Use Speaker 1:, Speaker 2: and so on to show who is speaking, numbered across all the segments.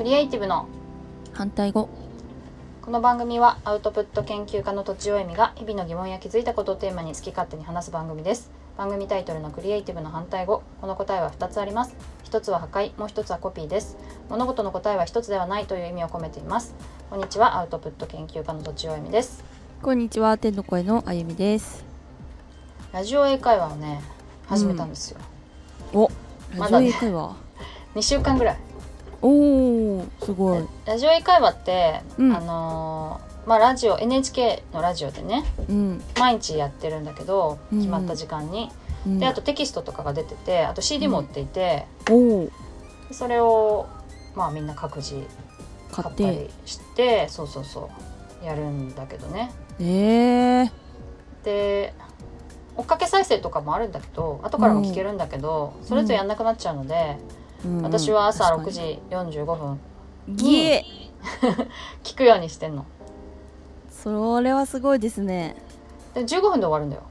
Speaker 1: イティブの
Speaker 2: 反対語
Speaker 1: この番組はアウトプット研究家のとちおえみが日々の疑問や気づいたことをテーマに好き勝手に話す番組です番組タイトルのクリエイティブの反対語この答えは2つあります一つは破壊もう一つはコピーです物事の答えは一つではないという意味を込めていますこんにちはアウトプット研究家のとちおえみです
Speaker 2: こんにちは天の声のあゆみです
Speaker 1: ラジオ英会話をね始めたんですよ、
Speaker 2: お
Speaker 1: ま
Speaker 2: ラジ
Speaker 1: だ
Speaker 2: オ
Speaker 1: ね
Speaker 2: 英 会話、
Speaker 1: 2週間ぐらい
Speaker 2: おーすごい
Speaker 1: ラジオ英会話って、
Speaker 2: うん
Speaker 1: あのーまあラジオ NHK のラジオでね
Speaker 2: うん
Speaker 1: 毎日やってるんだけど
Speaker 2: うん
Speaker 1: 決まった時間に、
Speaker 2: うん
Speaker 1: であとテキストとかが出ててあと CD
Speaker 2: うん
Speaker 1: 持っていて、
Speaker 2: おー
Speaker 1: それをまあみんな各自買
Speaker 2: 買
Speaker 1: っ
Speaker 2: ったて
Speaker 1: りしてそうそうそうやるんだけどね
Speaker 2: えー
Speaker 1: で追っかけ再生とかもあるんだけど後からも聞けるんだけど、それぞれやんなくなっちゃうので、
Speaker 2: うん
Speaker 1: 私は朝6
Speaker 2: 確かに
Speaker 1: 時45分
Speaker 2: ぎえ
Speaker 1: 聞くようにしてんの
Speaker 2: それはすごいですね
Speaker 1: で15分で終わるんだよ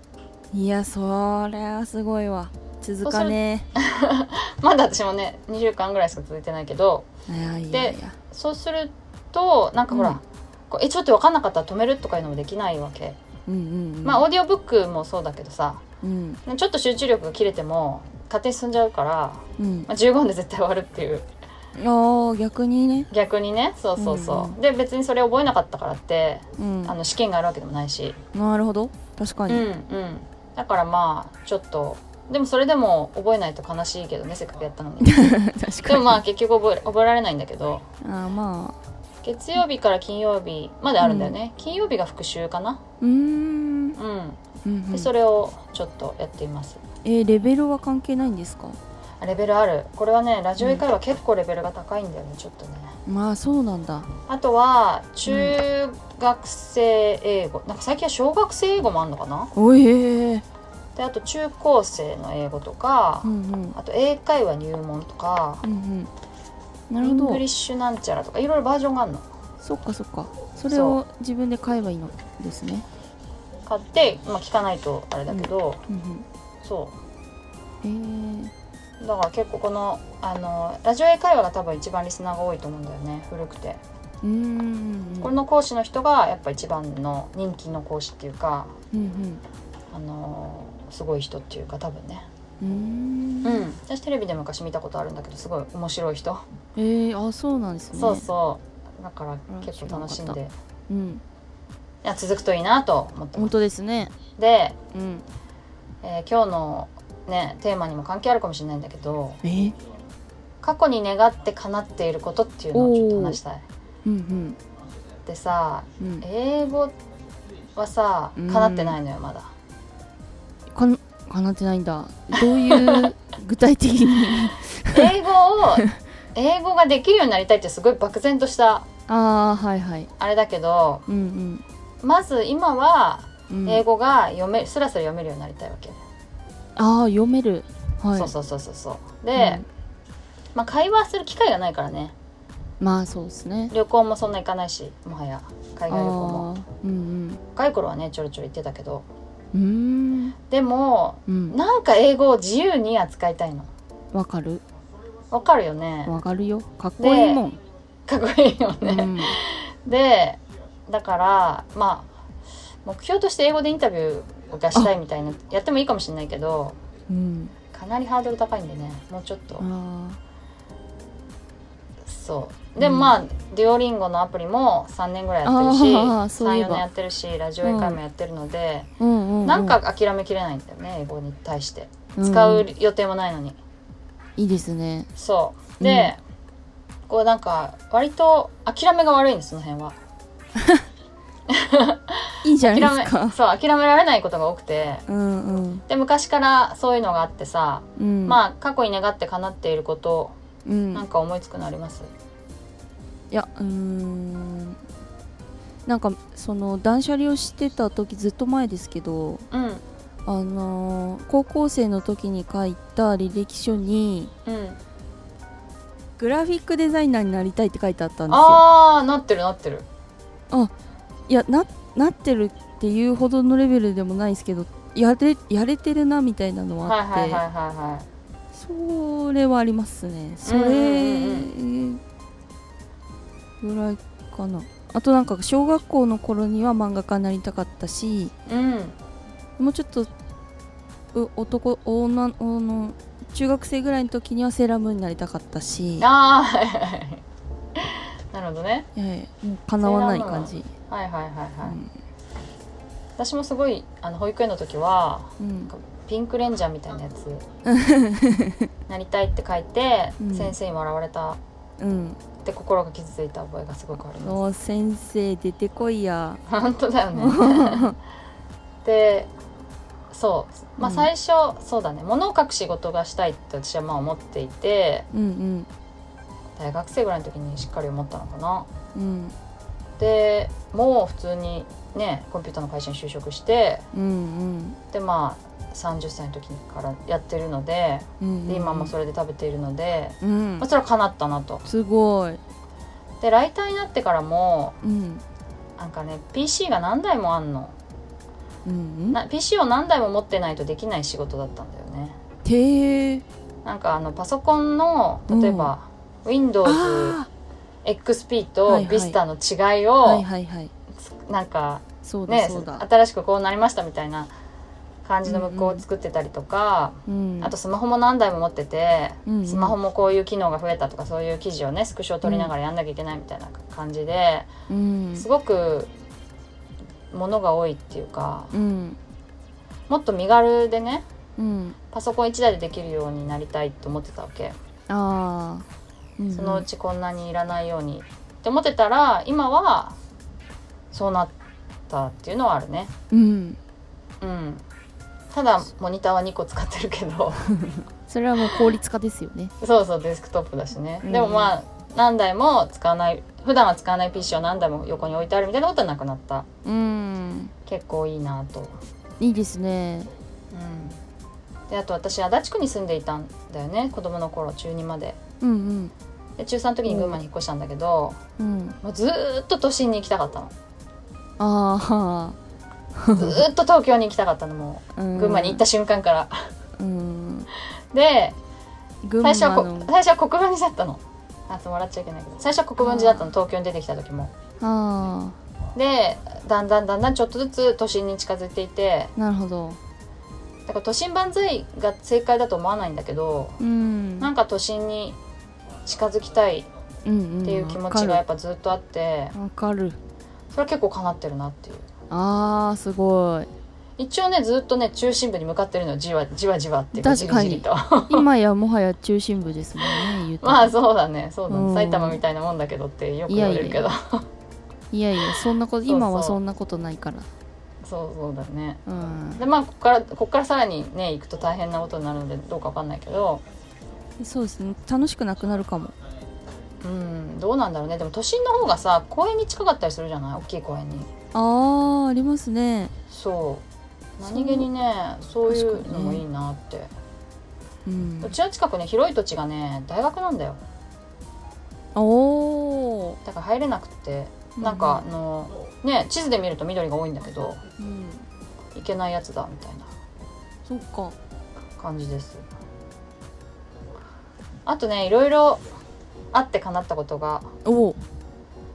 Speaker 2: いやそれはすごいわ続かね
Speaker 1: まだ私もね2週間ぐらいしか続いてないけど
Speaker 2: えいやいやいや
Speaker 1: そうするとなんかほら、
Speaker 2: うん
Speaker 1: こうえちょっと分かんなかったら止めるとかいうのもできないわけ、
Speaker 2: うんうんうん
Speaker 1: まあオーディオブックもそうだけどさ
Speaker 2: うん
Speaker 1: ちょっと集中力が切れても勝手に進んじゃうから、
Speaker 2: うん
Speaker 1: まあ、15分で絶対終わるっていう
Speaker 2: あー逆にね
Speaker 1: 逆にねそうそうそう、
Speaker 2: うん
Speaker 1: で別にそれ覚えなかったからって
Speaker 2: うん
Speaker 1: あの試験があるわけでもないし、
Speaker 2: なるほど確か
Speaker 1: うん、
Speaker 2: に、
Speaker 1: うんだからまあちょっとでもそれでも覚えないと悲しいけどねせっかくやったの に
Speaker 2: 確か
Speaker 1: で
Speaker 2: に
Speaker 1: もまあ結局覚え覚えられないんだけど
Speaker 2: あーまあ
Speaker 1: 月曜日から金曜日まであるんだよね、金曜日が復習かな
Speaker 2: うーん
Speaker 1: うん
Speaker 2: うんうん
Speaker 1: でそれをちょっとやっています
Speaker 2: えーレベルは関係ないんですか
Speaker 1: あレベルあるこれはねラジオ英会話結構レベルが高いんだよねちょっとね
Speaker 2: まあそうなんだ
Speaker 1: あとは中学生英語、なんか最近は小学生英語もあんのかな
Speaker 2: おいえー
Speaker 1: であと中高生の英語とか、
Speaker 2: うんうん
Speaker 1: あと英会話入門とか
Speaker 2: うんうんな
Speaker 1: イ
Speaker 2: る
Speaker 1: ン
Speaker 2: ほ
Speaker 1: グ
Speaker 2: ど
Speaker 1: リッシュなんちゃらとかいろいろバージョンがあるの
Speaker 2: そっかそっかそれを自分で買えばいいのですね
Speaker 1: 買って、まあ、聞かないとあれだけど、
Speaker 2: うん
Speaker 1: そ
Speaker 2: うんえ
Speaker 1: うだから結構このあのラジオ英会話が多分一番リスナーが多いと思うんだよね古くて、
Speaker 2: ーうーん
Speaker 1: この講師の人がやっぱ一番の人気の講師っていうか
Speaker 2: うん
Speaker 1: あのすごい人っていうか多分ね
Speaker 2: うんうーん
Speaker 1: うん、私テレビで昔見たことあるんだけどすごい面白い人、
Speaker 2: えー、あそうなんですね
Speaker 1: そうそうだから結構楽しん
Speaker 2: うん知らなか
Speaker 1: でい
Speaker 2: うん
Speaker 1: や続くといいなと思ってま
Speaker 2: 本
Speaker 1: す
Speaker 2: 当ですね
Speaker 1: で、
Speaker 2: うん
Speaker 1: えー今日のねテーマにも関係あるかもしれないんだけど
Speaker 2: えー、
Speaker 1: 過去に願って叶っていることっていうのをちょっと話したい
Speaker 2: うん
Speaker 1: でさ
Speaker 2: うんうん
Speaker 1: 英語はさ
Speaker 2: うん
Speaker 1: 叶ってないのよまだ
Speaker 2: かんかなってないんだどういう 具体的に
Speaker 1: 英語を英語ができるようになりたいってすごい漠然とした
Speaker 2: ああはいはい
Speaker 1: あれだけど
Speaker 2: うん
Speaker 1: まず今は
Speaker 2: うん、うん、
Speaker 1: 英語が読めスラスラ読めるようになりたいわけ
Speaker 2: ああ読めるはい
Speaker 1: そう
Speaker 2: う
Speaker 1: そうそうそうそうで、
Speaker 2: ん
Speaker 1: まあ、会話する機会がないからね
Speaker 2: まあそうですね
Speaker 1: 旅行もそんな行かないしもはや海外旅行も
Speaker 2: ああうん
Speaker 1: 若い頃はねちょろちょろ行ってたけど
Speaker 2: うんうーん
Speaker 1: でも
Speaker 2: うん
Speaker 1: なんか英語を自由に扱いたいの
Speaker 2: わかる
Speaker 1: わかるよね
Speaker 2: わかるよかっこいいもん、
Speaker 1: かっこいいよ
Speaker 2: う
Speaker 1: ね、
Speaker 2: ん、
Speaker 1: でだからまあ目標として英語でインタビューがしたいみたいなやってもいいかもしれないけど
Speaker 2: うん、
Speaker 1: かなりハードル高いんでねもうちょっと、
Speaker 2: あ
Speaker 1: そうでもまあ、デュオリンゴのアプリも3年ぐらいやってるし
Speaker 2: あーそういえ
Speaker 1: 34
Speaker 2: ば
Speaker 1: 年やってるしラジオ英会もやってるので、
Speaker 2: あうんうん、うん、
Speaker 1: なんか諦めきれないんだよね英語に対して
Speaker 2: うん
Speaker 1: 使う予定もないのに、
Speaker 2: いいですね
Speaker 1: そうで、こうなんか割と諦めが悪いんですその辺はい
Speaker 2: いじゃ
Speaker 1: 諦
Speaker 2: ないで
Speaker 1: め
Speaker 2: すか
Speaker 1: そう諦められないことが多くて
Speaker 2: うんうん
Speaker 1: で昔からそういうのがあってさ、
Speaker 2: うんあ
Speaker 1: まあ過去に願って叶っていること
Speaker 2: うん
Speaker 1: なんか思いつくのあります、
Speaker 2: いやうーんなんかその断捨離をしてた時ずっと前ですけど
Speaker 1: うん、うん
Speaker 2: あのー高校生の時に書いた履歴書にグラフィックデザイナーになりたいって書いてあったんですよ
Speaker 1: ああなってるなってる
Speaker 2: いやななってるっていうほどのレベルでもないですけどやれやれてるなみたいなのは
Speaker 1: はい
Speaker 2: あって、
Speaker 1: はいはいはいはい
Speaker 2: それはありますねそ
Speaker 1: うんう
Speaker 2: れ
Speaker 1: ん
Speaker 2: ぐらいかなあとなんか小学校の頃には漫画家になりたかったし
Speaker 1: うん
Speaker 2: もうちょっとう男女の中学生ぐらいの時にはセーラームーンになりたかったし
Speaker 1: ああ なるほどね
Speaker 2: いやいやもうかなわない感じ、
Speaker 1: はいはいはいはい、
Speaker 2: うん
Speaker 1: 私もすごいあの保育園の時は
Speaker 2: うん
Speaker 1: ピンクレンジャーみたいなやつなりたいって書いて、
Speaker 2: うん
Speaker 1: 先生に笑われたっ
Speaker 2: うん、
Speaker 1: て心が傷ついた覚えがすごくあります
Speaker 2: おー先生出てこいや
Speaker 1: 本当だよ ねでそうまあ
Speaker 2: うん
Speaker 1: 最初、そうだね物を書く仕事がしたいって私はまあ思っていて
Speaker 2: うん
Speaker 1: 大学生ぐらいの時にしっかり思ったのかな
Speaker 2: うんうん
Speaker 1: でもう普通にねコンピューターの会社に就職して
Speaker 2: うん
Speaker 1: でまあ30歳の時からやってるので
Speaker 2: うんうん
Speaker 1: で今もそ
Speaker 2: れ
Speaker 1: れで食べているので、
Speaker 2: うん
Speaker 1: まあ、それは叶ったなと
Speaker 2: すごい
Speaker 1: でライターになってからも
Speaker 2: うん
Speaker 1: なんかね PC が何台もあんの
Speaker 2: うん
Speaker 1: な PC を何台も持ってないとできない仕事だったんだよね
Speaker 2: てー
Speaker 1: なんかあのパソコンの例えば、WindowsXP
Speaker 2: あ
Speaker 1: と
Speaker 2: はいはい
Speaker 1: Vista の違いを、
Speaker 2: あはいはいはい
Speaker 1: なんか
Speaker 2: そうだ
Speaker 1: ね
Speaker 2: そうだ、
Speaker 1: 新しくこうなりましたみたいな感じの向こうを作ってたりとか、
Speaker 2: うん
Speaker 1: あとスマホも何台も持ってて、
Speaker 2: うんうん
Speaker 1: スマホもこういう機能が増えたとかそういう記事をねスクショを取りながらやんなきゃいけないみたいな感じで、
Speaker 2: うん
Speaker 1: すごく物が多いっていうか
Speaker 2: うん
Speaker 1: もっと身軽でね
Speaker 2: うん
Speaker 1: パソコン1台でできるようになりたいと思ってたわけ
Speaker 2: ああ
Speaker 1: そのうちこんなにいらないようにって思ってたら今はそうなったっていうのはあるね
Speaker 2: うん
Speaker 1: うんただモニターは2個使ってるけど
Speaker 2: それはもう効率化ですよね
Speaker 1: そうそうデスクトップだしね、
Speaker 2: うん
Speaker 1: でもまあ何台も使わない普段は使わない PC を何台も横に置いてあるみたいなことはなくなった
Speaker 2: うん
Speaker 1: 結構いいなと
Speaker 2: いいですね
Speaker 1: うんであと私足立区に住んでいたんだよね子供の頃中2まで
Speaker 2: うん
Speaker 1: で中3の時に群馬に引っ越したんだけど、
Speaker 2: うんうん
Speaker 1: もうずーっと都心に行きたか ったの
Speaker 2: あ
Speaker 1: ずーっと東京に行きたかったのも
Speaker 2: あ
Speaker 1: う群馬に行った瞬間から
Speaker 2: うん
Speaker 1: で
Speaker 2: 群馬
Speaker 1: 最初はこ
Speaker 2: の
Speaker 1: 最初は国分寺だったのあそう笑っちゃいけないけど最初は国分寺だったの東京に出てきた時も
Speaker 2: あ
Speaker 1: でだんだんだんだんちょっとずつ都心に近づいていて
Speaker 2: あなるほど
Speaker 1: だから都心万歳が正解だと思わないんだけど
Speaker 2: うん
Speaker 1: なんか都心に近づきたい
Speaker 2: っ
Speaker 1: っていう気持ちがやっぱずっとあって
Speaker 2: わかる
Speaker 1: それは結構叶ってるなっていう
Speaker 2: あーす ごい
Speaker 1: 一応ねずっとね中心部に向かってるのよじわじわじわっていうじり
Speaker 2: 確か
Speaker 1: じ
Speaker 2: に
Speaker 1: りと
Speaker 2: 今やもはや中心部ですもんね言うと
Speaker 1: まあそうだねそうだね、
Speaker 2: うん
Speaker 1: 埼玉みたいなもんだけどってよく言われるけど
Speaker 2: いやいやいやそんなこと
Speaker 1: そうそう
Speaker 2: 今はそんなことないから
Speaker 1: そうそうだね
Speaker 2: うん
Speaker 1: でまあここからこっからさらにね行くと大変なことになるのでどうかわかんないけど
Speaker 2: そうですね楽しくなくなるかも
Speaker 1: うんどうなんだろうねでも都心の方がさ公園に近かったりするじゃない大きい公園に
Speaker 2: あーありますね
Speaker 1: そう
Speaker 2: そう
Speaker 1: 何気にねそういう
Speaker 2: 確か
Speaker 1: の
Speaker 2: にね
Speaker 1: もいいなって、
Speaker 2: うん
Speaker 1: うちの近くね広い土地がね大学なんだよ
Speaker 2: おお
Speaker 1: だから入れなくてなんかあのね地図で見ると緑が多いんだけど
Speaker 2: うん
Speaker 1: 行けないやつだみたいな
Speaker 2: そっか
Speaker 1: 感じですあとねいろいろあってかなったことが
Speaker 2: おお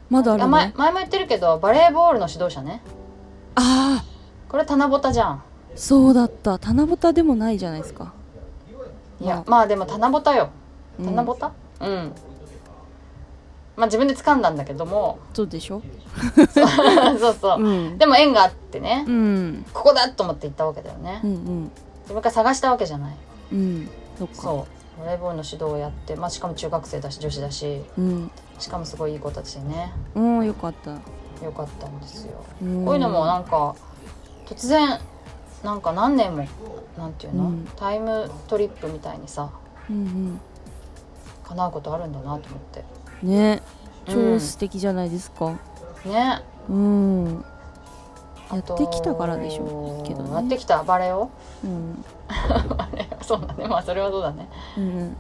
Speaker 2: まだある
Speaker 1: あ
Speaker 2: ね
Speaker 1: 前前も言ってるけどバレーボールの指導者ね
Speaker 2: あ
Speaker 1: これ七夕じゃん
Speaker 2: あそうだった七夕でもないじゃないですか
Speaker 1: いやま
Speaker 2: ま
Speaker 1: あでも七夕よ
Speaker 2: うん
Speaker 1: 七夕うん、まあ自分で掴んだんだけど も
Speaker 2: そうでしょ
Speaker 1: そうそう、
Speaker 2: うん
Speaker 1: でも縁があってね、
Speaker 2: うん
Speaker 1: ここだと思って行ったわけだよね、
Speaker 2: うんうん
Speaker 1: 自分から探したわけじゃない
Speaker 2: うんそっか
Speaker 1: そうバレーボールの指導をやって、まあ、しかも中学生だし女子だし
Speaker 2: うん
Speaker 1: しかもすごいいい子たちでね
Speaker 2: うんよかった
Speaker 1: よかったんですよ
Speaker 2: こう
Speaker 1: こういうのもなんか突然なんか何年もなんていうの、
Speaker 2: うん
Speaker 1: タイムトリップみたいにさ
Speaker 2: うん
Speaker 1: 叶うことあるんだなと思って
Speaker 2: うんね
Speaker 1: う
Speaker 2: 超
Speaker 1: ん
Speaker 2: 素敵じゃないですか
Speaker 1: ね
Speaker 2: うん、
Speaker 1: あと
Speaker 2: やってきたからでしょうけどね
Speaker 1: やってきたバレエを
Speaker 2: うん
Speaker 1: バレエをそうだねまあそれはそうだね
Speaker 2: うん、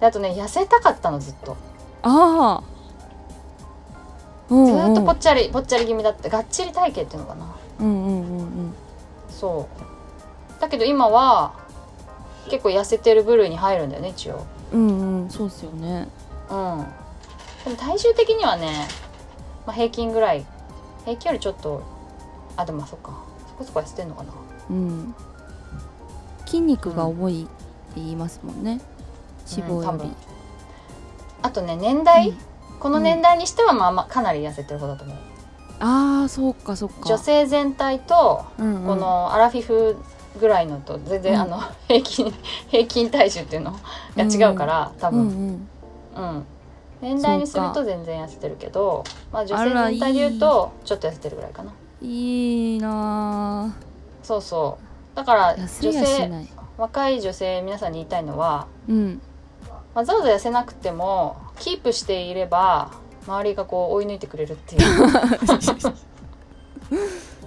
Speaker 1: であとね痩せたかったのずっと
Speaker 2: ああ
Speaker 1: ずーっとぽ
Speaker 2: ポ
Speaker 1: っちゃりぽっちゃり気味だってがっちり体型っていうのかな
Speaker 2: うんうんうん
Speaker 1: そうだけど今は結構痩せてる部類に入るんだよね一応
Speaker 2: うんうんうんそうっすよね
Speaker 1: うんでも体重的にはね、まあ、平均ぐらい平均よりちょっとあでもまあそっかそこそこ痩せてんのかな
Speaker 2: うん、筋肉が重いって言いますもんね、脂
Speaker 1: う
Speaker 2: 肪より、
Speaker 1: ん多分あとね年代、
Speaker 2: うん
Speaker 1: この年代にしてはまあまあかなり痩せてる方だと思う
Speaker 2: ああそうかそうか
Speaker 1: 女性全体と
Speaker 2: うんうん
Speaker 1: このアラフィフぐらいのと全然、
Speaker 2: うん
Speaker 1: あの平均 平均体重っていうのが違うから、多
Speaker 2: うん
Speaker 1: 分、
Speaker 2: うん
Speaker 1: うん、年代にする
Speaker 2: そ
Speaker 1: と
Speaker 2: う
Speaker 1: 全然痩せてるけど、まあ、女
Speaker 2: あら
Speaker 1: 性全体で言うとちょっと痩せてるぐらいかない
Speaker 2: いな
Speaker 1: そうそうだから
Speaker 2: ー
Speaker 1: 女
Speaker 2: 痩せやし
Speaker 1: 性
Speaker 2: ない
Speaker 1: 若い女性皆さんに言いたいのは
Speaker 2: うん
Speaker 1: わざわざ痩せなくてもキープしていれば周りがこう追い抜いてくれるっていう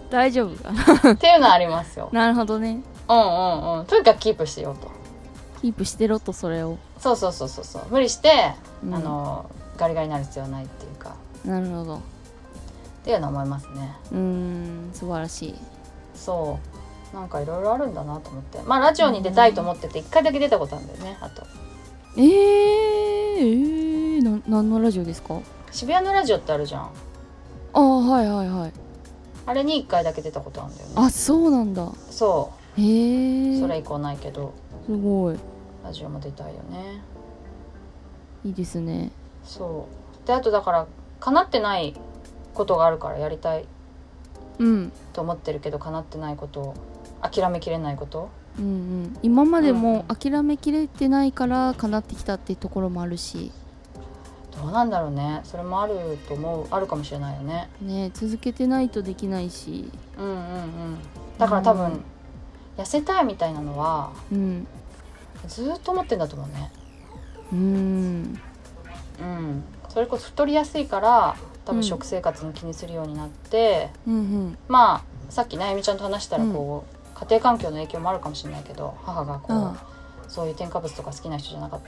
Speaker 2: 大丈夫かな
Speaker 1: っていうのはありますよ。
Speaker 2: なるほどね
Speaker 1: うんうんうんとにかくキープしてよと。
Speaker 2: キープしてろとそれを、
Speaker 1: そうそうそうそうそう無理して、
Speaker 2: うん
Speaker 1: あのガリガリになる必要はないっていうか
Speaker 2: なるほど
Speaker 1: っていうのは思いますね。
Speaker 2: うーん素晴らしい
Speaker 1: そうなんかいろいろあるんだなと思ってまあラジオに出たいと思ってて一回だけ出たことあるんだよねあと
Speaker 2: えー、えー、な何のラジオですか
Speaker 1: 渋谷のラジオってあるじゃん
Speaker 2: ああはいはいはい
Speaker 1: あれに一回だけ出たことあるんだよね
Speaker 2: あそうなんだ
Speaker 1: そ
Speaker 2: へえ
Speaker 1: う
Speaker 2: ー、
Speaker 1: それ以降ないけど
Speaker 2: すごい
Speaker 1: ラジオも出たいよね
Speaker 2: いいですね
Speaker 1: そうであとだから叶ってないことがあるからやりたい
Speaker 2: うん
Speaker 1: と思ってるけど叶ってないこと諦めきれないこと
Speaker 2: うんうん、今までも
Speaker 1: うんう
Speaker 2: 諦めきれてないから叶ってきたっていうところもあるし、
Speaker 1: どうなんだろうねそれもあると思うあるかもしれないよね
Speaker 2: ね、続けてないとできないし、
Speaker 1: うんうんうんだから多分、
Speaker 2: うん
Speaker 1: 痩せたいみたいなのは
Speaker 2: うん、
Speaker 1: ずーっと思ってんだと思うね
Speaker 2: うん、
Speaker 1: うんそれこそ太りやすいから多
Speaker 2: う
Speaker 1: 分
Speaker 2: ん
Speaker 1: 食生活も気にするようになって、
Speaker 2: うん、うん、
Speaker 1: まあさっきねあゆみちゃんと話したらこう、家庭環境の影響もあるかもしれないけど母がこう
Speaker 2: あ
Speaker 1: そういう添加物とか好きな人じゃなかっ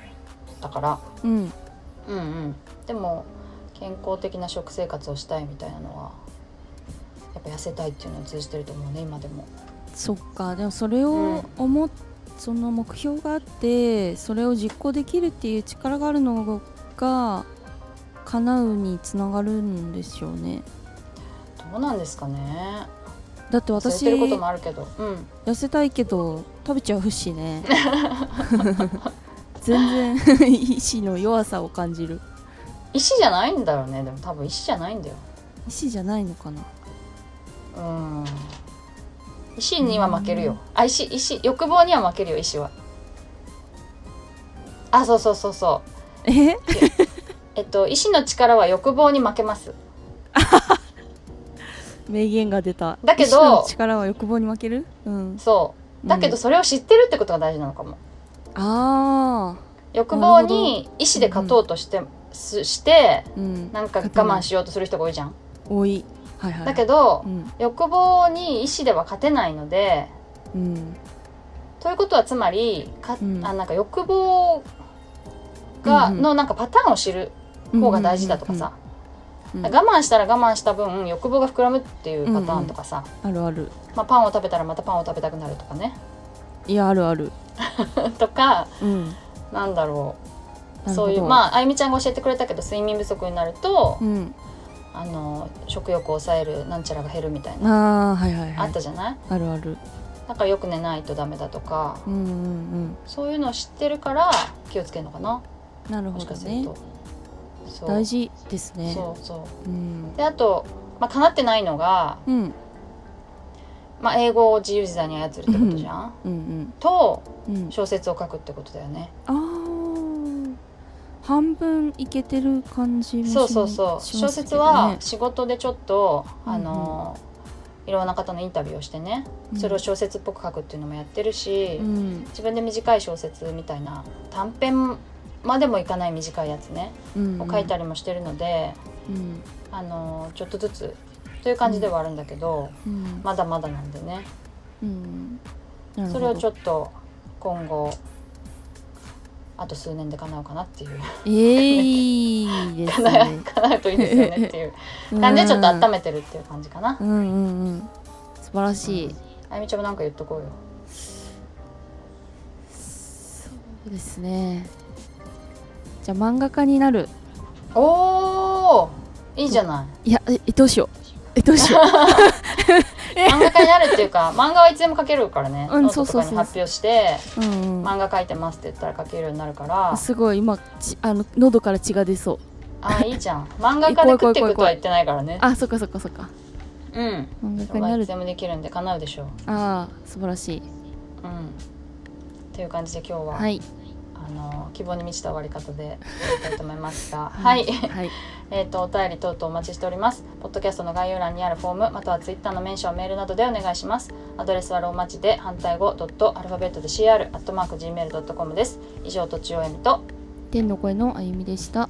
Speaker 1: たから
Speaker 2: うん、
Speaker 1: うんうんでも健康的な食生活をしたいみたいなのはやっぱ痩せたいっていうのに通じてると思うね今でも
Speaker 2: そっか、でもそれを思っ、その目標があって、それを実行できるっていう力があるのが叶うにつながるんでしょうね。
Speaker 1: どうなんですかね
Speaker 2: だって
Speaker 1: 痩せ
Speaker 2: 私
Speaker 1: てることもあるけどうん
Speaker 2: 痩せたいけど食べちゃう しね全然意志の弱さを感じる
Speaker 1: 意思じゃないんだろうねでも多分意思じゃないんだよ
Speaker 2: 意志じゃないのかな
Speaker 1: うん意思には負けるよあ意思意思欲望には負けるよ意思はあそうそうそうそう
Speaker 2: え
Speaker 1: えっと意思の力は欲望に負けます
Speaker 2: 名言が出た
Speaker 1: だけど
Speaker 2: 意志の力は欲望に負けるうん
Speaker 1: そうだけどそれを知ってるってことが大事なのかも
Speaker 2: あ
Speaker 1: 欲望に意思で勝とうとして、すして
Speaker 2: あうん
Speaker 1: なんか我慢しようとする人が多いじゃん
Speaker 2: 多いはいはい
Speaker 1: だけど、
Speaker 2: どうん
Speaker 1: 欲望に意思では勝てないので
Speaker 2: うん
Speaker 1: ということはつまりか、
Speaker 2: うん
Speaker 1: あなんか欲望が、
Speaker 2: うんうん
Speaker 1: のなんかパターンを知る方が大事だとかさ、
Speaker 2: うんうんうん
Speaker 1: 我慢したら我慢した分欲望が膨らむっていうパターンとかさ、
Speaker 2: あるある
Speaker 1: まあ、パンを食べたらまたパンを食べたくなるとかね
Speaker 2: いやあるある
Speaker 1: とか
Speaker 2: うん
Speaker 1: なんだろうそういう
Speaker 2: あ
Speaker 1: まああゆみちゃんが教えてくれたけど睡眠不足になると、
Speaker 2: うん
Speaker 1: あの食欲を抑えるなんちゃらが減るみたいな、
Speaker 2: ああはいはいは
Speaker 1: あっ
Speaker 2: い
Speaker 1: たじゃない
Speaker 2: あるある
Speaker 1: だからよく寝ないとダメだとか
Speaker 2: うんうん
Speaker 1: そういうのを知ってるから気をつけるのかな
Speaker 2: うんなる
Speaker 1: も
Speaker 2: ほ
Speaker 1: し
Speaker 2: ど
Speaker 1: かする
Speaker 2: ね
Speaker 1: と。そう
Speaker 2: 大事ですね
Speaker 1: そうそう
Speaker 2: うん
Speaker 1: であと、まあ、叶ってないのが、
Speaker 2: うん
Speaker 1: まあ、英語を自由自在に操るってことじゃん、
Speaker 2: うんうん
Speaker 1: と
Speaker 2: うん
Speaker 1: 小説を書くってことだよね
Speaker 2: あー半分いけてる感じもし
Speaker 1: そうそうそう、
Speaker 2: しま
Speaker 1: 小
Speaker 2: すけ
Speaker 1: 説
Speaker 2: ど
Speaker 1: は
Speaker 2: ね
Speaker 1: 仕事でちょっと
Speaker 2: うんうん
Speaker 1: あの、いろんな方のインタビューをしてねそれを小説っぽく書くっていうのもやってるし、
Speaker 2: うん
Speaker 1: 自分で短い小説みたいな短編までもいかない短いやつね、
Speaker 2: うん
Speaker 1: を書いたりもしてるので
Speaker 2: うん
Speaker 1: あのちょっとずつという感じではあるんだけど、
Speaker 2: うん
Speaker 1: まだまだなんでね
Speaker 2: うんなる
Speaker 1: そ
Speaker 2: ほど
Speaker 1: れをちょっと今後あと数年で叶うかなっていう
Speaker 2: えー、いいです
Speaker 1: 叶う
Speaker 2: ね
Speaker 1: 叶うといいですよねっていう感じでちょっと温めてるっていう感じかな、
Speaker 2: うんうんうん素晴らしい、
Speaker 1: あゆみちゃんもなんか言っとこうよ
Speaker 2: そうですねじゃあ漫画家になる
Speaker 1: おおいいじゃない
Speaker 2: いやええどうしようえどうしよう
Speaker 1: 漫画家になるっていうか 漫画はいつでも描けるからね、
Speaker 2: うん
Speaker 1: ノートとか
Speaker 2: そうそう
Speaker 1: に
Speaker 2: そう
Speaker 1: 発表して
Speaker 2: うん、うん
Speaker 1: 漫画描いてますって言ったら描けるようになるから
Speaker 2: すごい今ちあの喉から血が出そう
Speaker 1: あいいじゃ ん漫画家で食っていくとは言ってないからね
Speaker 2: あそっかそっかそっか
Speaker 1: うん
Speaker 2: 漫
Speaker 1: そ
Speaker 2: 画家
Speaker 1: れ
Speaker 2: に
Speaker 1: は
Speaker 2: ないる
Speaker 1: つでもできるんで叶うでしょう
Speaker 2: ああ素晴らし
Speaker 1: うん
Speaker 2: い
Speaker 1: っていう感じで今日は、
Speaker 2: はい
Speaker 1: あの希望に満ちた終わり方でやりたいと思いますがはい
Speaker 2: はい
Speaker 1: えー、とお便り等々お待ちしておりますポッドキャストの概要欄にあるフォームまたはツイッターのメンションメールなどでお願いしますアドレスはローマ字で反対語ドットアルファベットで CR アットマーク Gmail.com です以上とちおえみと
Speaker 2: 天の声のあゆみでした